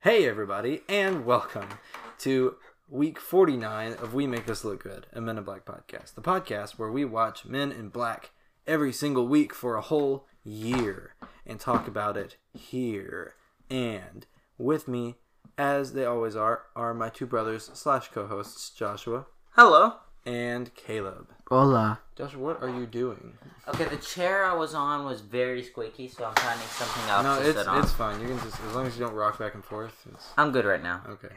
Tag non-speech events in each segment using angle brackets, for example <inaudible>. Hey, everybody, and welcome to week 49 of We Make This Look Good, a Men in Black podcast, the podcast where we watch Men in Black every single week for a whole year and talk about it here. And with me, as they always are, are my two brothers slash co hosts, Joshua Hello. and Caleb. Hola. Joshua, what are you doing? Okay, the chair I was on was very squeaky, so I'm finding something else No, to it's sit on. it's fine. You can just as long as you don't rock back and forth. It's I'm good right now. Okay.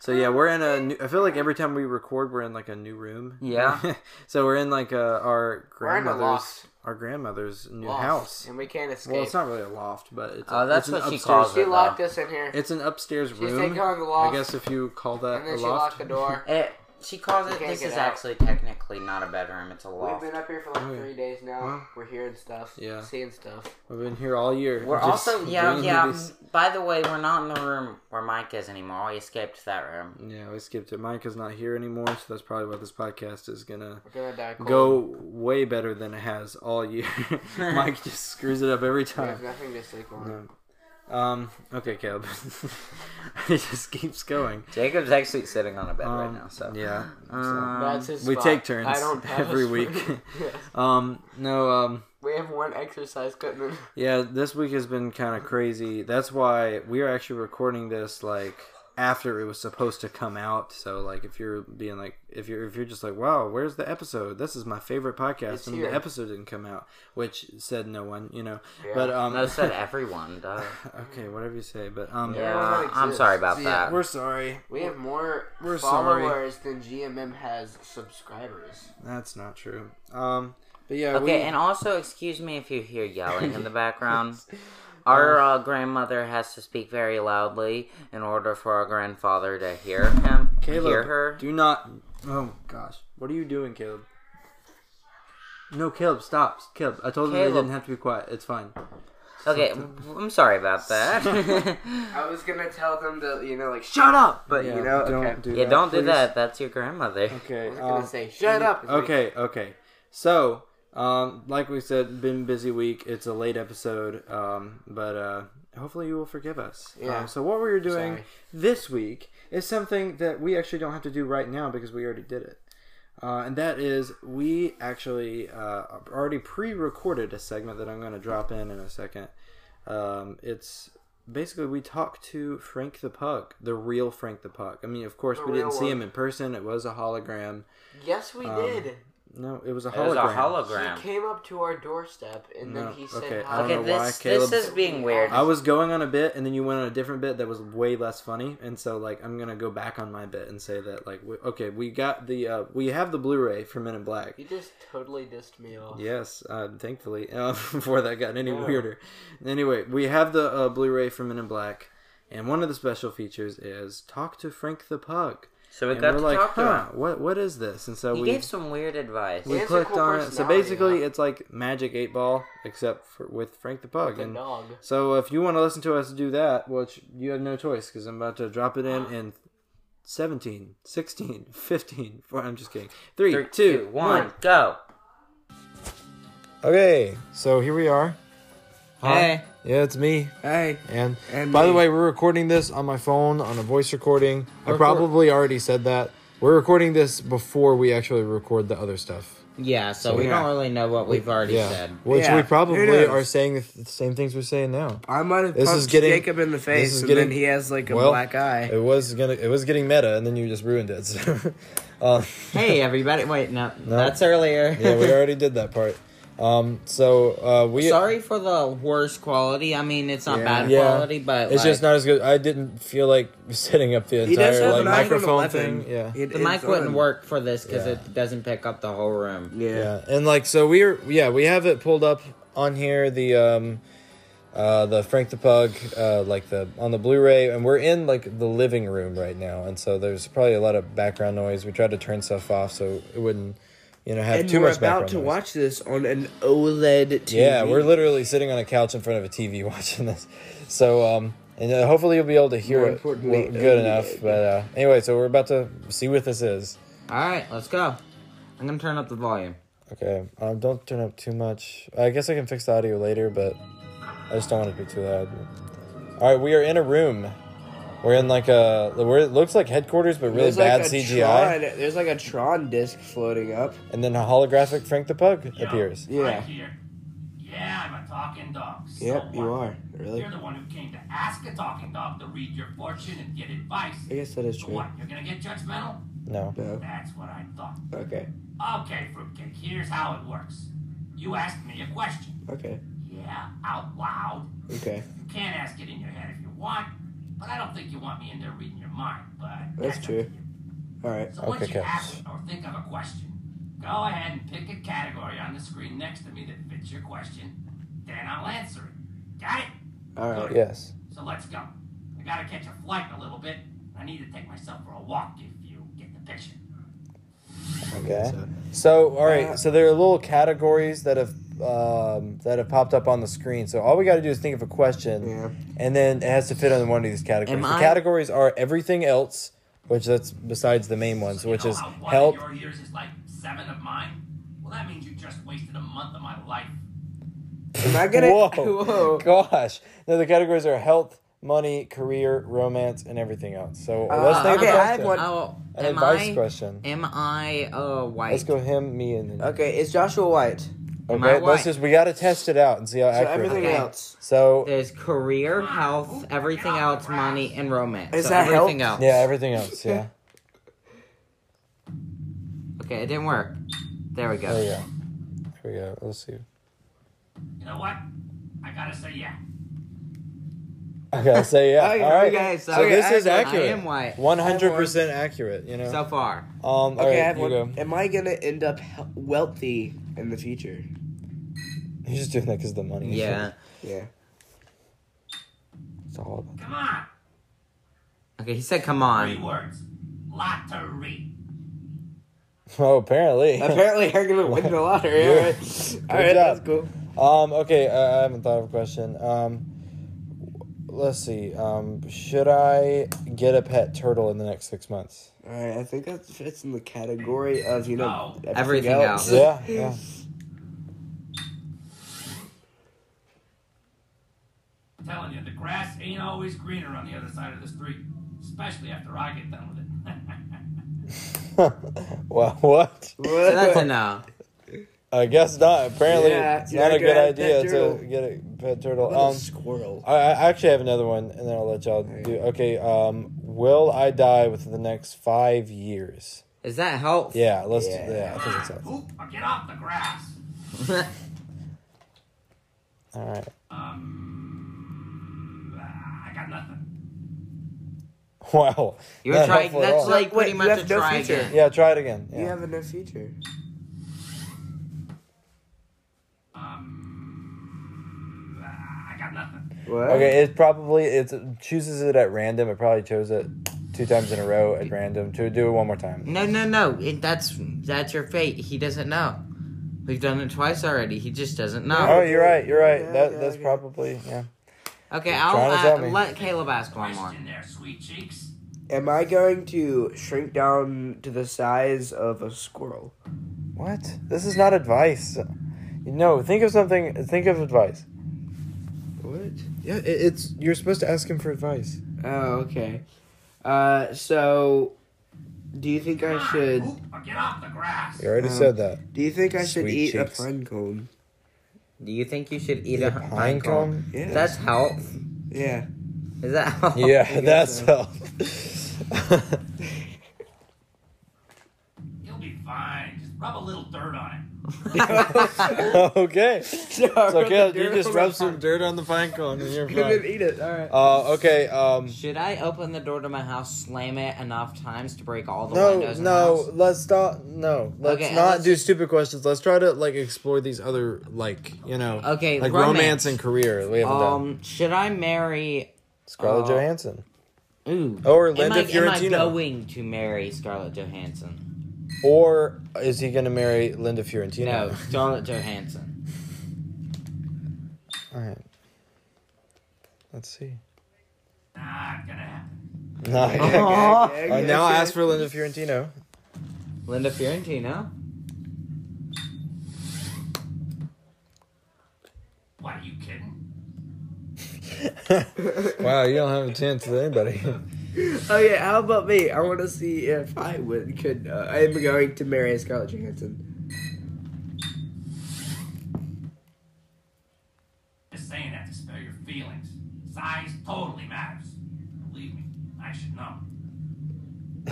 So yeah, we're in a new. I feel like every time we record, we're in like a new room. Yeah. <laughs> so we're in like uh, our We're in a grandmother's loft. our grandmother's new loft, house. and we can't escape. Well, it's not really a loft, but it's Oh, a- it's that's an what she upstairs, calls She it. locked us in here, It's an upstairs She's room. taking on the I loft. guess if you call that and then a she loft. locked the <laughs> door. It, she calls it. can't This get is out. actually technically not a bedroom; it's a We've loft. been up here for like Okay. three days now. Well, We're hearing stuff, yeah. seeing stuff. We've been here all year. We're just also yeah bringing you yeah. these- mm, By the way, we're not in the room where Mike is anymore. We escaped that room. Yeah, we skipped it. Mike is not here anymore, so that's probably why this podcast is gonna We're gonna die cold. go way better than it has all year. <laughs> Mike just screws it up every We time. have nothing to sleep on. No. Um. Okay, Caleb. <laughs> it just keeps going. Jacob's actually sitting on a bed right Um, now, so Yeah. so. Um, That's his we spot. take turns I don't have <laughs> a every week. <laughs> spot. Yes. um. No. Um. We have one exercise equipment. Yeah. This week has been kind of crazy. That's why we are actually recording this like after it was supposed to come out. So like, if you're being like, if you're if you're just like, wow, where's the episode? This is my favorite podcast, It's and here. the episode didn't come out, which said no one, you know. Yeah. But um. no said everyone. Duh. <laughs> okay, whatever you say. But um. Yeah. Yeah, I'm exists. sorry about so, yeah, that. we're sorry. <laughs> We have more We're sorry. followers than GMM has subscribers. That's not true. Um, but yeah, Okay, we, and also excuse me if you hear <laughs> yelling in the background. Our uh, grandmother has to speak very loudly in order for our grandfather to hear him, Caleb, hear her. do not. Oh gosh, what are you doing, Caleb? No, Caleb, stop, Caleb. I told him they Caleb. didn't have to be quiet. It's fine. Okay, w- I'm sorry <laughs> about that. I was gonna tell them to, you know, like <laughs> shut up, but Yeah, you know, don't okay. do yeah, that, don't do please. that. That's your grandmother. <laughs> Okay. I was um, gonna say shut up. okay. Okay. So, um, like we said, been busy week. It's a late episode, um, but uh, hopefully you will forgive us. Yeah. Um, so what we were doing Sorry. this week is something that we actually don't have to do right now because we already did it. Uh, and that is, we actually uh, already pre-recorded a segment that I'm going to drop in in a second. Um, it's basically we talked to Frank the Pug, the real Frank the Pug. I mean, of course, The we didn't real see one. him in person. It was a hologram. Yes, Um, we did. No, it was a It was a hologram. hologram. He came up to our doorstep and No, then he said, okay, I hi. don't Okay, know why this Caleb- Oh, this is being weird. I was going on a bit, and then you went on a different bit that was way less funny, and so like I'm gonna go back on my bit and say that like we, okay, we got the uh, we have the Blu-ray for Men in Black. You just totally dissed me off. Yes, uh, thankfully, uh, <laughs> before that got any weirder. Anyway, we have the uh, Blu-ray for Men in Black, and one of the special features is talk to Frank the Pug. so we And got we're to like, talk to huh, him. what what is this? And so He we gave some weird advice. we It's a clicked cool on it. So personality, basically, huh? it's like Magic Eight Ball, except for with Frank the Pug. The and dog. So if you want to listen to us do that, which you have no choice because I'm about to drop it in in 17, <laughs> 16, 15, four, I'm just kidding. Three, Three, two, one, go. Okay, so here we are. Hey. Yeah, it's me. Hey. And, And by the me. way, we're recording this on my phone on a voice recording. I Record- probably already said that. We're recording this before we actually record the other stuff. Yeah, so, we Yeah. don't really know what we've already Yeah. said. Which Yeah, we who probably knows? are saying the th- same things we're saying now. I might have This is punched getting- Jacob Jacob in the face, face is and and getting- then he then he has like a Well, uh, black black eye. It was gonna. It was getting meta, and then you just ruined it. So, <laughs> um, Hey, everybody! Wait, <laughs> no, that's earlier. <laughs> yeah, <laughs> we already did that part. Um, so uh, we. Sorry for the worst quality. I mean, it's not Yeah. bad Yeah. quality, but It's like, just not as good. I didn't feel like <laughs> setting up the He does entire have like an iPhone microphone 11. thing. Yeah. It the is mic wouldn't on. work for this because Yeah. it doesn't pick up the whole room. Yeah. yeah, and like so we're yeah we have it pulled up on here the um, uh, the Frank the Pug uh, like the on the Blu-ray, and we're in like the living room right now, and so there's probably a lot of background noise. We tried to turn stuff off so it wouldn't you know have And too we're much about background to noise. watch this on an E OLED TV. Yeah, we're literally sitting on a couch in front of a TV <laughs> watching this. So, um, and uh, hopefully you'll be able to hear More it importantly, w- good uh, enough. But uh, anyway, so we're about to see what this is. All right, let's go. I'm gonna turn up the volume. Okay, um, don't turn up too much. I guess I can fix the audio later, but I just don't want it to be too loud. All right, we are in a room. We're in like a where it looks like headquarters, but really There's bad like a CGI. Tron, there's like a Tron disc floating up. And then a holographic Frank the Pug appears. Yeah. Right here. Yeah, I'm a talking dog. So Yep, you what? are. Really? You're the one who came to ask a talking dog to read your fortune and get advice. I guess that is So true. what? You're gonna get judgmental? No. No. That's what I thought. Okay. Okay, fruitcake. Here's how it works. You asked me a question. Okay. Yeah, out loud. Okay. You can't ask it in your head if you want, but I don't think you want me in there reading your mind. But That's up true. to you. All right. So once Okay, you okay. ask or think of a question, go ahead and pick a category on the screen next to me that fits your question. Then I'll answer it. Got it? All right. Yes. So let's go. I gotta catch a flight in a little bit. I need to take myself for a walk if you get the picture. Okay. So all right. Uh, so there are little categories that have um, that have popped up on the screen. So all we got to do is think of a question, Yeah. and then it has to fit on one of these categories. Am the I- categories are everything else, which that's besides the main ones, So you which know is how one help. Of your years is like seven of mine. Well, that means you just wasted a month of my life. Am I gonna? Whoa. <laughs> Whoa. Gosh. No, the categories are health, money, career, romance, and everything else. So Uh, let's think Uh, okay, of a I have question. one. Oh, An am advice I? question. Am I uh white? Let's go him, me, and then. Okay, it's Joshua White. Okay, I let's white? just we gotta test it out and see how So accurate. everything Okay. else. So There's career, health, everything else, money, and romance. Is so that everything health? else? yeah, everything else. Yeah, Okay, it didn't work. There we go. there we go. There we go. Let's see. You know what? I gotta say yeah. Okay, so yeah. Okay, All right. okay, so- so this okay, is I- I accurate. am white. One hundred percent accurate. You know. So far, um. Okay, I all right, have you one. go. Am I gonna end up he- wealthy in the future? He's just doing that because of the money. yeah. Yeah. It's all about- Come on. Okay, he said, "Come Three on." words. Lottery. <laughs> Oh, apparently. Apparently, you're gonna win the lottery. All right. All job. right, that's cool. Um, okay, I, I haven't thought of a question. Um, let's see. Um, should I get a pet turtle in the next six months? All right, I think that fits in the category of you know Oh, everything, everything else. else. Yeah, yeah. Telling you, the grass ain't always greener on the other side of the street, especially after I get done with it. <laughs> <laughs> well, what? Whoa. So that's a no. I guess not. Apparently, Yeah, it's you're not a not good gonna have a pet idea turtle. to get a pet What turtle. about a Um, squirrel. I, I actually have another one, and then I'll let y'all do. Okay. Um, will I die within the next five years? Is that health? Yeah. Let's. Yeah. Yeah. I think it's that. Oop, get off the grass. All <laughs> right. Um, ah, I got nothing. Wow. You're Not trying. helpful at That's all. like Wait, pretty you much a have no try future. again. Yeah. Try it again. You Yeah. have no future. Ah, I got nothing. What? Okay, it probably it chooses it at random. It probably chose it two times in a row at random. To do it one more time. No, no, no. It, that's that's your fate. He doesn't know. We've done it twice already. He just doesn't Oh, know. you're right. You're right. Yeah, that yeah, that's yeah. probably yeah. Okay, Trying I'll to tell uh, me. let Caleb ask one more. Question there, sweet cheeks. Am I going to shrink down to the size of a squirrel? What? This is not advice. No, think of something. Think of advice. What? Yeah, it, it's you're supposed to ask him for advice. Oh, okay. Uh, so do you think I <gasps> should? Oop, get off the grass. You already Um, said that. Do you think I should Sweet eat cheeks. a pine cone? Do you think you should eat The a pine cone. Yeah. That's health. <laughs> yeah. Is that health? Yeah, that's guess so. health. You'll be fine. Just rub a little dirt on it. <laughs> <laughs> okay. so So Caleb, you just rub some dirt on the pine cone and <laughs> you're Couldn't fine. eat it. All right. Uh, okay. Um. Should I open the door to my house, slam it enough times to break all the No, windows? in the no, house? let's stop. No, let's Okay, and not let's do just- stupid questions. Let's try to like explore these other like you know, Okay, like romance, romance. and career. We haven't done Um, should I marry? Scarlett uh, Johansson Ooh. Oh, or Am I, Linda am I Fiorentino, going to marry Scarlett Johansson? or is he gonna marry Linda Fiorentino? No, <laughs> Scarlett Johansson. All right, let's <laughs> see. Not gonna happen. <laughs> No, okay, okay. Aw. <laughs> All right, now I ask for Linda Fiorentino. Linda Fiorentino. What, are you kidding? wow, you don't have a chance with anybody. <laughs> Oh yeah, how about me? I want to see if I would could. Uh, I am going to marry Scarlett Johansson. Just saying that to spare your feelings. Size totally matters. Believe me, I should know.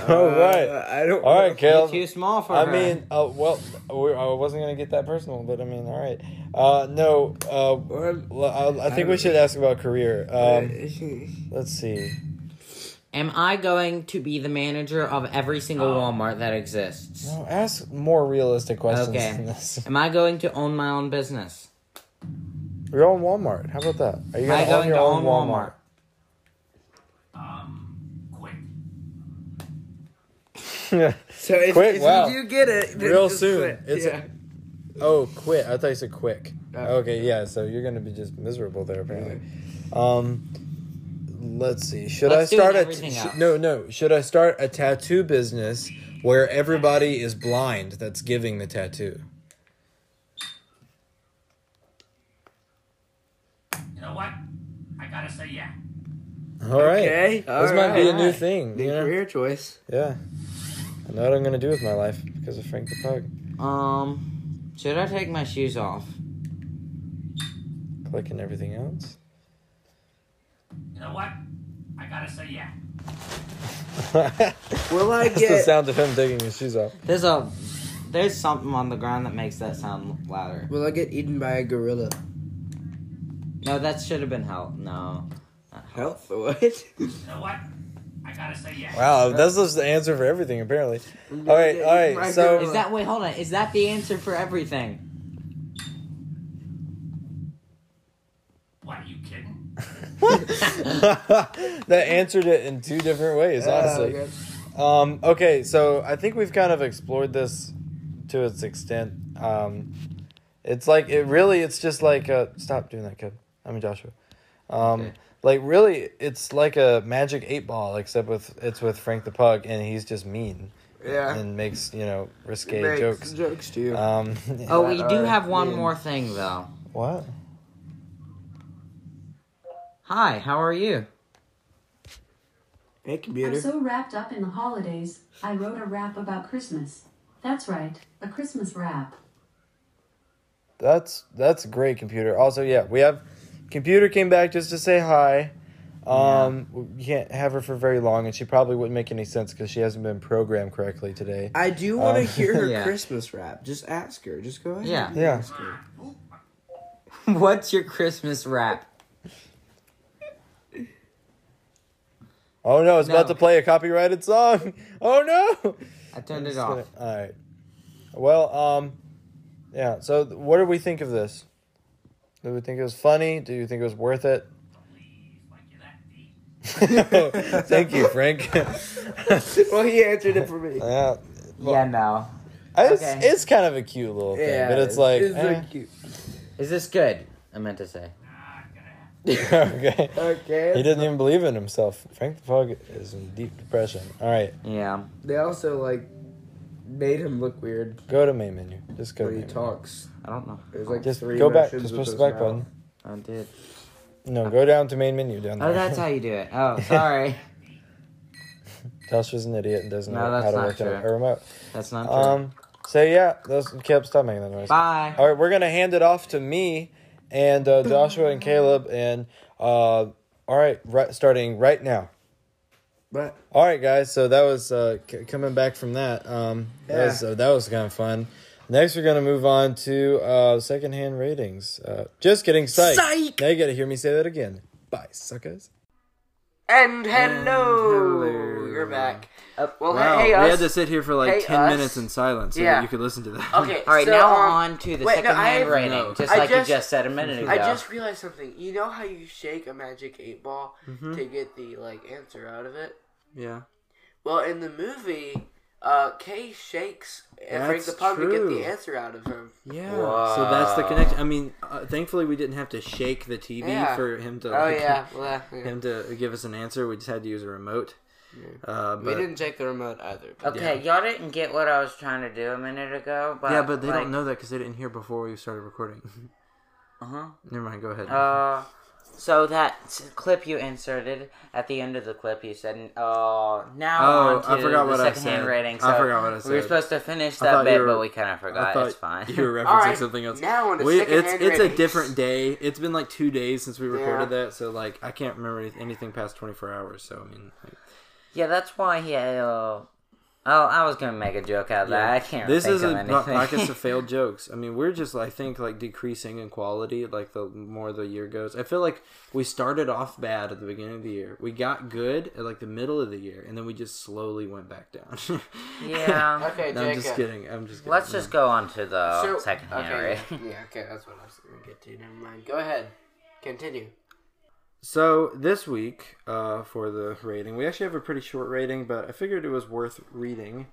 All right. Uh, I don't. <laughs> All right, You're Caleb. too small for I her. mean, uh, well, we, I wasn't gonna get that personal, but I mean, all right. Uh, no, uh, well, I, I think we should ask about career. Um, let's see. am I going to be the manager of every single Walmart that exists? No, ask more realistic questions Okay. than this. Am I going to own my own business? Your own Walmart. How about that? Are you Am gonna own I going your to own own Walmart? Walmart? Um, quick. so if, Quit, if wow. you do get it, then Real just soon. quit. It's yeah. oh, quit. I thought you said quick. Oh. Okay, yeah. So you're gonna be just miserable there, apparently. Um, let's see. Should Let's I do start a everything sh- else. no, no? Should I start a tattoo business where everybody is blind that's giving the tattoo? You know what? I gotta say yeah. All right. Okay, this all might be a right. new thing. New You know? career choice. Yeah. I know what I'm gonna do with my life because of Frank the Pug. Um, should I take my shoes off? Clicking everything else. <laughs> You know what? I gotta say yeah. That's Will I the get? sound of him taking his shoes off. There's a there's something on the ground that makes that sound louder. Will I get eaten by a gorilla? <laughs> No, that should have been help. No. Health? What? You know what? I gotta say yeah. Wow, that's just the answer for everything apparently. I'm All right, gonna all get right, eaten by a so- <laughs> gorilla. Is that wait, hold on. Is that the answer for everything? What, are you kidding? <laughs> that answered it in two different ways, Oh, honestly. God. Um, okay, so I think we've kind of explored this to its extent. Um, it's like it really. It's just like a, stop doing that, kid. I mean Joshua. Um, Okay. like really, it's like a magic eight ball, except with it's with Frank the Pug, and he's just mean yeah. and makes you know risque Makes jokes. jokes to you. Um, Oh, <laughs> that we do are have one mean. more thing though. what? Hi, how are you? <laughs> hey, I'm computer. so wrapped up in the holidays, I wrote a rap about Christmas. That's right, a Christmas rap. That's that's great, computer. Also, yeah, we have computer came back just to say hi. Um, you can't have her for very long, and she probably wouldn't make any sense because she hasn't been programmed correctly today. I do want to Um, <laughs> hear her yeah. Christmas rap. Just ask her. Just go ahead. Yeah. and Yeah. ask her. <laughs> What's your Christmas wrap? Oh no, it's about to No. play a copyrighted song. <laughs> Oh no! I turned it Just gonna- off. all right. Well, um, yeah. So, th- what do we think of this? Do we think it was funny? Do you think it was worth it? <laughs> Please, like you're that deep. Thank you, Frank. <laughs> Well, he answered it for me. yeah, yeah, no. it's, Okay. it's kind of a cute little thing, Yeah, but it's like, it's so eh. cute. Is this good? I meant to say. Nah, it's gonna <laughs> happen. okay. Okay. He didn't even believe in himself. Frank the Pug is in deep depression. All right, Yeah. They also like made him look weird go to main menu. Just go. to when he main talks. I don't know. There's like menu. Just three go back. motions Just with push the his back mouth. button. I <laughs> did. No, go down to main menu down there. Oh, <laughs> that's how you do it. <laughs> Oh, sorry. Tasha's an idiot and doesn't No, know that's how to not work a- true. a remote. That's not true. Um. So yeah, those kept stop making that noise. Bye. All right, we're gonna hand it off to me and uh, Joshua and Caleb and uh. All right, right, starting right now. But All right, guys. So that was uh, c- coming back from that. Um, that Yeah. was uh, that was kind of fun. Next, we're gonna move on to uh, secondhand ratings. Uh, just kidding, psych. Psych! Now you gotta hear me say that again. Bye, suckers. and hello. hello, You're you're back. back. Oh, well, Wow, hey, we us. had to sit here for like Hey, 10 us. minutes in silence so Yeah. that you could listen to that. Okay. All right, so, now um, on to the wait, no, second I hand have- rating, no. just I like just- you just said a minute ago. I just realized something. You know how you shake a magic eight ball to get the like answer out of it? Yeah. Well, in the movie, uh, Kay shakes and Frank That's the Pug to get true. the answer out of him. Yeah. <laughs> So that's the connection. I mean, uh, thankfully we didn't have to shake the TV Yeah. for him to Oh like, yeah, well, yeah. him to give us an answer. We just had to use a remote. Uh, we but, didn't shake the remote either. but- Okay, y'all didn't get what I was trying to do a minute ago, but yeah, but they like, don't know that because they didn't hear before we started recording. <laughs> Uh-huh. Never mind. Go ahead. Uh, so that s- clip you inserted at the end of the clip, you said, "Oh, now Oh, on to I forgot the what I secondhand said. rating." So I forgot what I We were said. supposed to finish I that thought you bit, were- but we kind of I forgot. thought It's fine. you were referencing All right, something else. now on to We- it's secondhand it's a ratings. different day. It's been like two days since we recorded Yeah. that, so like I can't remember anyth- anything past twenty four hours. So I mean, like, yeah, that's why he. Uh, oh, I was gonna make a joke out of that. I can't. This think is of a po- anything. podcast <laughs> of failed jokes. I mean, we're just I think like decreasing in quality like the more the year goes. I feel like we started off bad at the beginning of the year. We got good at like the middle of the year, and then we just slowly went back down. <laughs> yeah. Okay, No, Jacob. I'm just kidding. I'm just kidding. Let's just go on to the So- Oh, secondhand <laughs> okay, rating. yeah, yeah, okay, that's what I was gonna get to. Never mind. Go ahead. Continue. So this week, uh, for the rating, we actually have a pretty short rating, but I figured it was worth reading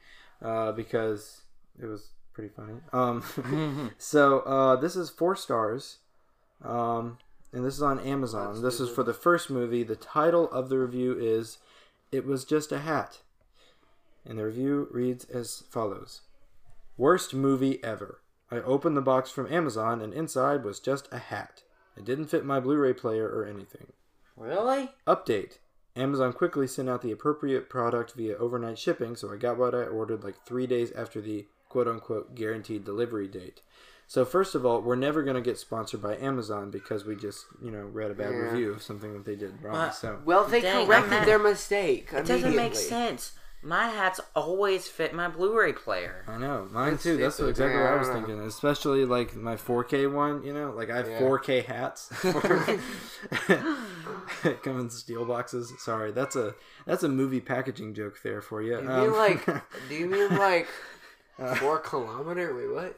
uh, because it was pretty funny. Um, <laughs> so uh, this is four stars, um, and this is on Amazon. this is for the first movie. The title of the review is "It Was Just a Hat," and the review reads as follows: "Worst movie ever." I opened the box from Amazon, and inside was just a hat. It didn't fit my Blu ray player or anything. Really? Update Amazon quickly sent out the appropriate product via overnight shipping, so I got what I ordered like three days after the quote unquote guaranteed delivery date. So, first of all, we're never going to get sponsored by Amazon because we just, you know, read a bad Yeah. review of something that they did wrong. Well, so, Well, they Dang, corrected I'm mad. their mistake. It doesn't make immediately. sense. My hats always fit my Blu-ray player. I know. Mine That's too. That's stupid. exactly what I was Yeah. thinking. Especially like my 4K one, you know? Like I have uh, Yeah. 4K <laughs> hats. <laughs> Come in steel boxes. Sorry, that's a that's a movie packaging joke there for you. Um, You mean <laughs> like? do you mean like four kilometer? Wait, what?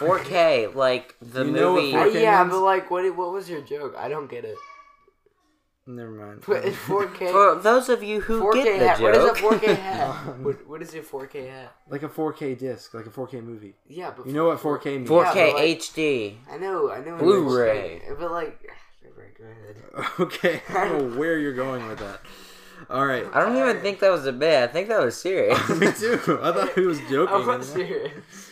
4K, like the You know what movie. four- Uh, yeah, ones? but like, what? What was your joke? I don't get it. <laughs> Never mind. Um, <laughs> But it's 4K. For those of you who 4K get the hat. joke, <laughs> What is a 4K Um, hat? what, what is your 4K hat? like a 4K disc, like a 4K movie. <laughs> Yeah, but You know what 4K means? 4K Yeah, but like- HD. I know, I know. what Blu-ray. you're saying, But like, <sighs> never mind, go ahead. Okay, I don't know where you're going with that. All right. I don't even think that was a bit. I think that was <laughs> serious. Me too. I thought he was I'm not <laughs> joking. serious.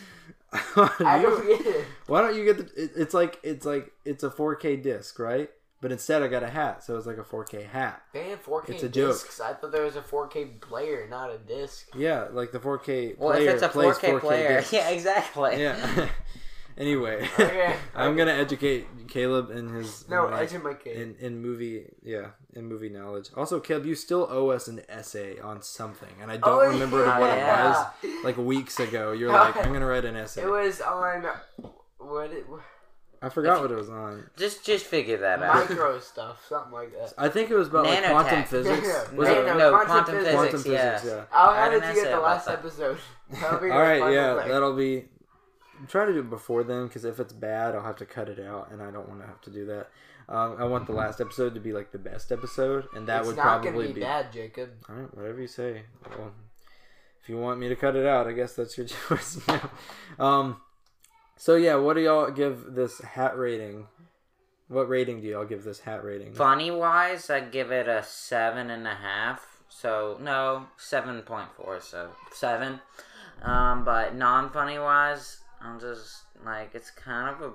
I You- don't get <laughs> it. Why don't you get the? It, it's like it's like it's a 4K disc, right? But instead, I got a hat, so it's like a 4K hat. They have 4K It's a joke. discs. I thought there was a 4K player, not a disc. Yeah, like the 4K player well, if it's a plays 4K, player, discs. <laughs> yeah, exactly. Yeah. <laughs> <laughs> anyway, Okay. <laughs> I'm gonna educate Caleb in his Oh, No, in my- educate my kid. in in movie yeah in movie knowledge. Also, Caleb, you still owe us an essay on something, and I don't Oh, remember yeah. what Yeah. it <laughs> was. Like weeks ago, you're like, I'm gonna write an essay. It was on what it, I forgot what it was on. Just, just figure that out. micro stuff, something like that. I think it was about like Nanotech. quantum physics. <laughs> Yeah. Was no, it Nano- no, quantum quantum physics. physics. quantum yeah. physics? Yeah. I'll I had have it an to you essay at the about last that. <laughs> episode. All right, yeah, that'll be. Try to do it before then, because if it's bad, I'll have to cut it out, and I don't want to have to do that. Um, I want the last episode to be like the best episode, and that it's would not probably gonna be, bad, Jacob. All right, whatever you say. Well, if you want me to cut it out, I guess that's your <laughs> choice. now. um, so yeah, what do y'all give this hat rating? What rating do y'all give this hat rating? Funny wise, I give it a seven and a half. So no, seven point four. So seven. Um, but non funny wise, I'm just like it's kind of a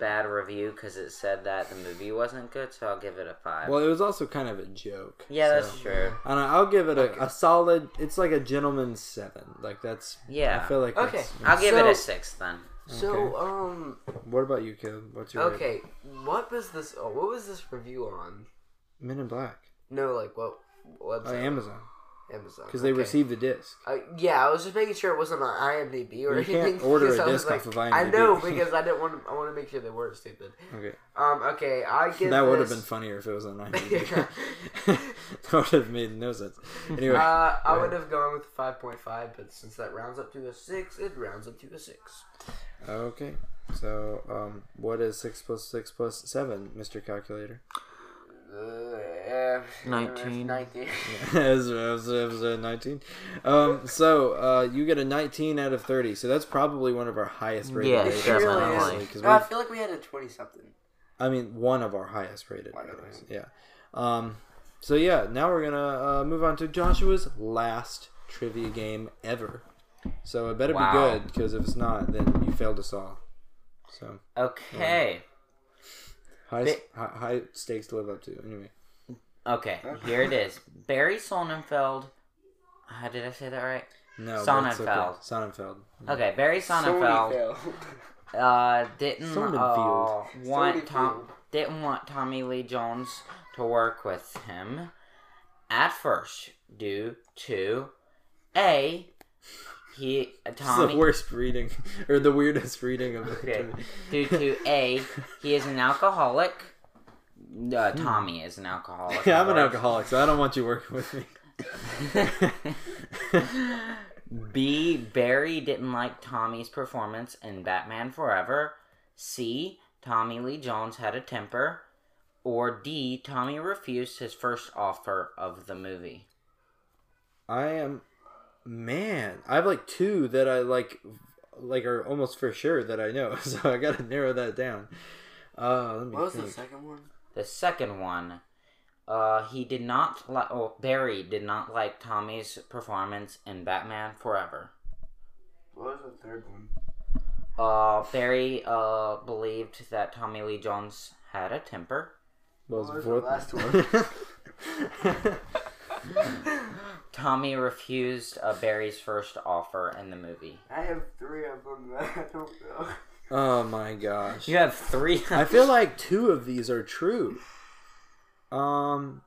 bad review because it said that the movie wasn't good. So I'll give it a five. Well, it was also kind of a joke. yeah, so- that's true. And I- I'll give it a, a solid. It's like a gentleman's seven. Like that's. Yeah. I feel like. Okay. that's- I'll give it So- a six then. So, um, What about you, Caleb? What's your rating? okay, what was this? Oh, what was this review on? Men in Black No, like what by website? Amazon Amazon. because they okay. received the disc. Uh, yeah, I was just making sure it wasn't on IMDb or You anything. <laughs> can't order because a I was disc off of I know IMDb. because I didn't want. I want to make sure they weren't stupid. Okay, Um. Okay, I <laughs> give that would have this- been funnier if it was <laughs> on <laughs> IMDb. that would have made no sense. Anyway, Uh, I would have gone with five point five, but since that rounds up to a six, it rounds up to a six. okay. So, um, what is six plus six plus seven, Mister Calculator? <laughs> Uh, Nineteen. Nineteen. <laughs> As as- as, uh, nineteen. Um, so uh, you get a nineteen out of thirty. So that's probably one of our highest rated. Yeah, ratings, definitely. honestly, 'cause No, I we've- feel like we had a twenty something. I mean, one of our highest rated. One of movies. Yeah. Um, so yeah, now we're gonna uh, move on to Joshua's last trivia game ever. So it better Wow. be good because if it's not, then you failed us all. So Okay. High, Bi- high, high stakes to live up to. Anyway, Okay, here it is. Barry Sonnenfeld. How did I say that right? no. but it's Sonnenfeld. Sonnenfeld. Okay, Barry Sonnenfeld <laughs> uh, didn't uh, Sonnenfeld. want Sonnenfeld. Tom didn't want Tommy Lee Jones to work with him at first due to a he uh, This is Tommy the <laughs> worst reading <laughs> or the weirdest reading of the Okay. Due to A, he is an alcoholic. Uh, Tommy is an alcoholic. Hmm. <laughs> Yeah, I'm an of course. alcoholic, so I don't want you working with me. B, Barry didn't like Tommy's performance in Batman Forever. C, Tommy Lee Jones had a temper. Or D, Tommy refused his first offer of the movie. I am, man. I have like two that I like, like are almost for sure that I know. <laughs> So I gotta narrow that down. Uh, let me What was the think. second one? The second one, uh, he did not like. Oh, Barry did not like Tommy's performance in Batman Forever. What was the third one? Uh, Barry uh believed that Tommy Lee Jones had a temper. What What was was the the fourth one? Tommy refused uh, Barry's first offer in the movie. I have three of them that I don't know. <laughs> <laughs> oh my gosh! You have three. I feel like two of these are true. Um.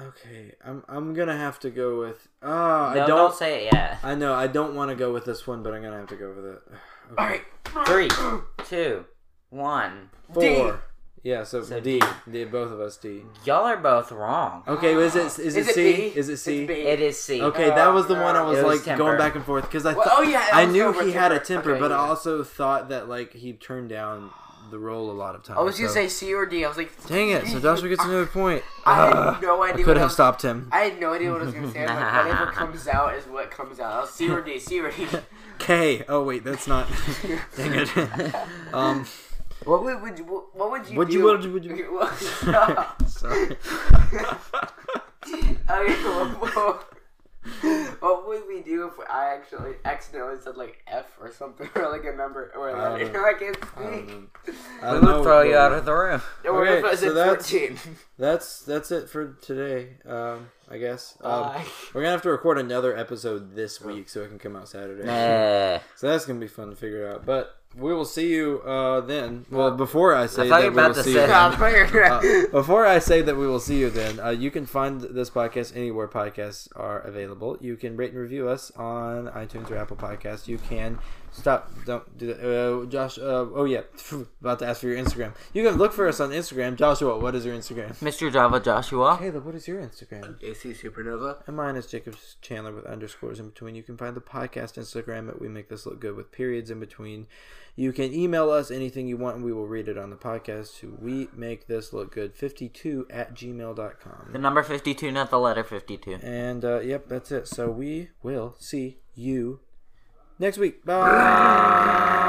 Okay, I'm I'm gonna have to go with. Ah, no, I don't, don't. say it yet. I know I don't want to go with this one, but I'm gonna have to go with it. Okay. Three, two, one. Four. Yeah, so, So D. D. D. Both of us D. Y'all are both wrong. Okay, is it is it it C? B? Is it C? It's B. It is C. Okay, that was the one I was It was like going temper. back and forth because I Well, thought oh, yeah, that I was knew over he had a temper, temper. Okay, but I yeah. also thought that like he turned down the role a lot of times. I was gonna so- say C or D. I was like, dang it! So Joshua <laughs> gets another point. Ah. I had Ugh, no <laughs> idea I could what have else- stopped him. I had no idea what I was gonna say. I'm <laughs> like, whatever comes out is what comes out. I was C or D, C or D. K. Oh wait, that's not. <laughs> dang it. um. <laughs> What would, would you? What would you? Would you? do? Would you? Would you? Okay, Sorry. <laughs> <laughs> well, what would we do if I actually accidentally said like F or something <laughs> or like a number or a I don't letter? <laughs> I can't don't speak. I We don't know would throw what- you out of <laughs> the room. Or Okay, if I so said that's- fourteen. That's that's it for today. Um, I guess. Um, Bye. We're gonna have to record another episode this week so it can come out Saturday. Eh. So that's gonna be fun to figure out. But we will see you uh, then. Well, before I say I that thought you were we will about to see say you that. then, Stop uh, here. before I say that we will see you then, uh, you can find this podcast anywhere podcasts are available. You can rate and review us on iTunes or Apple Podcasts. You can stop. Don't do that. Uh, Josh. Uh, oh yeah, <laughs> about to ask for your Instagram. You can look for us on Instagram. Joshua, what is your Instagram? Mr. Java Joshua. Caleb, what is your Instagram? AC Supernova. And mine is Jacob Chandler with underscores in between. You can find the podcast Instagram at We Make This Look Good with periods in between. You can email us anything you want and we will read it on the podcast to We Make This Look Good 52 at The gmail.com. number 52, not the letter 52. And uh, yep, that's it. So we will see you next week. Bye.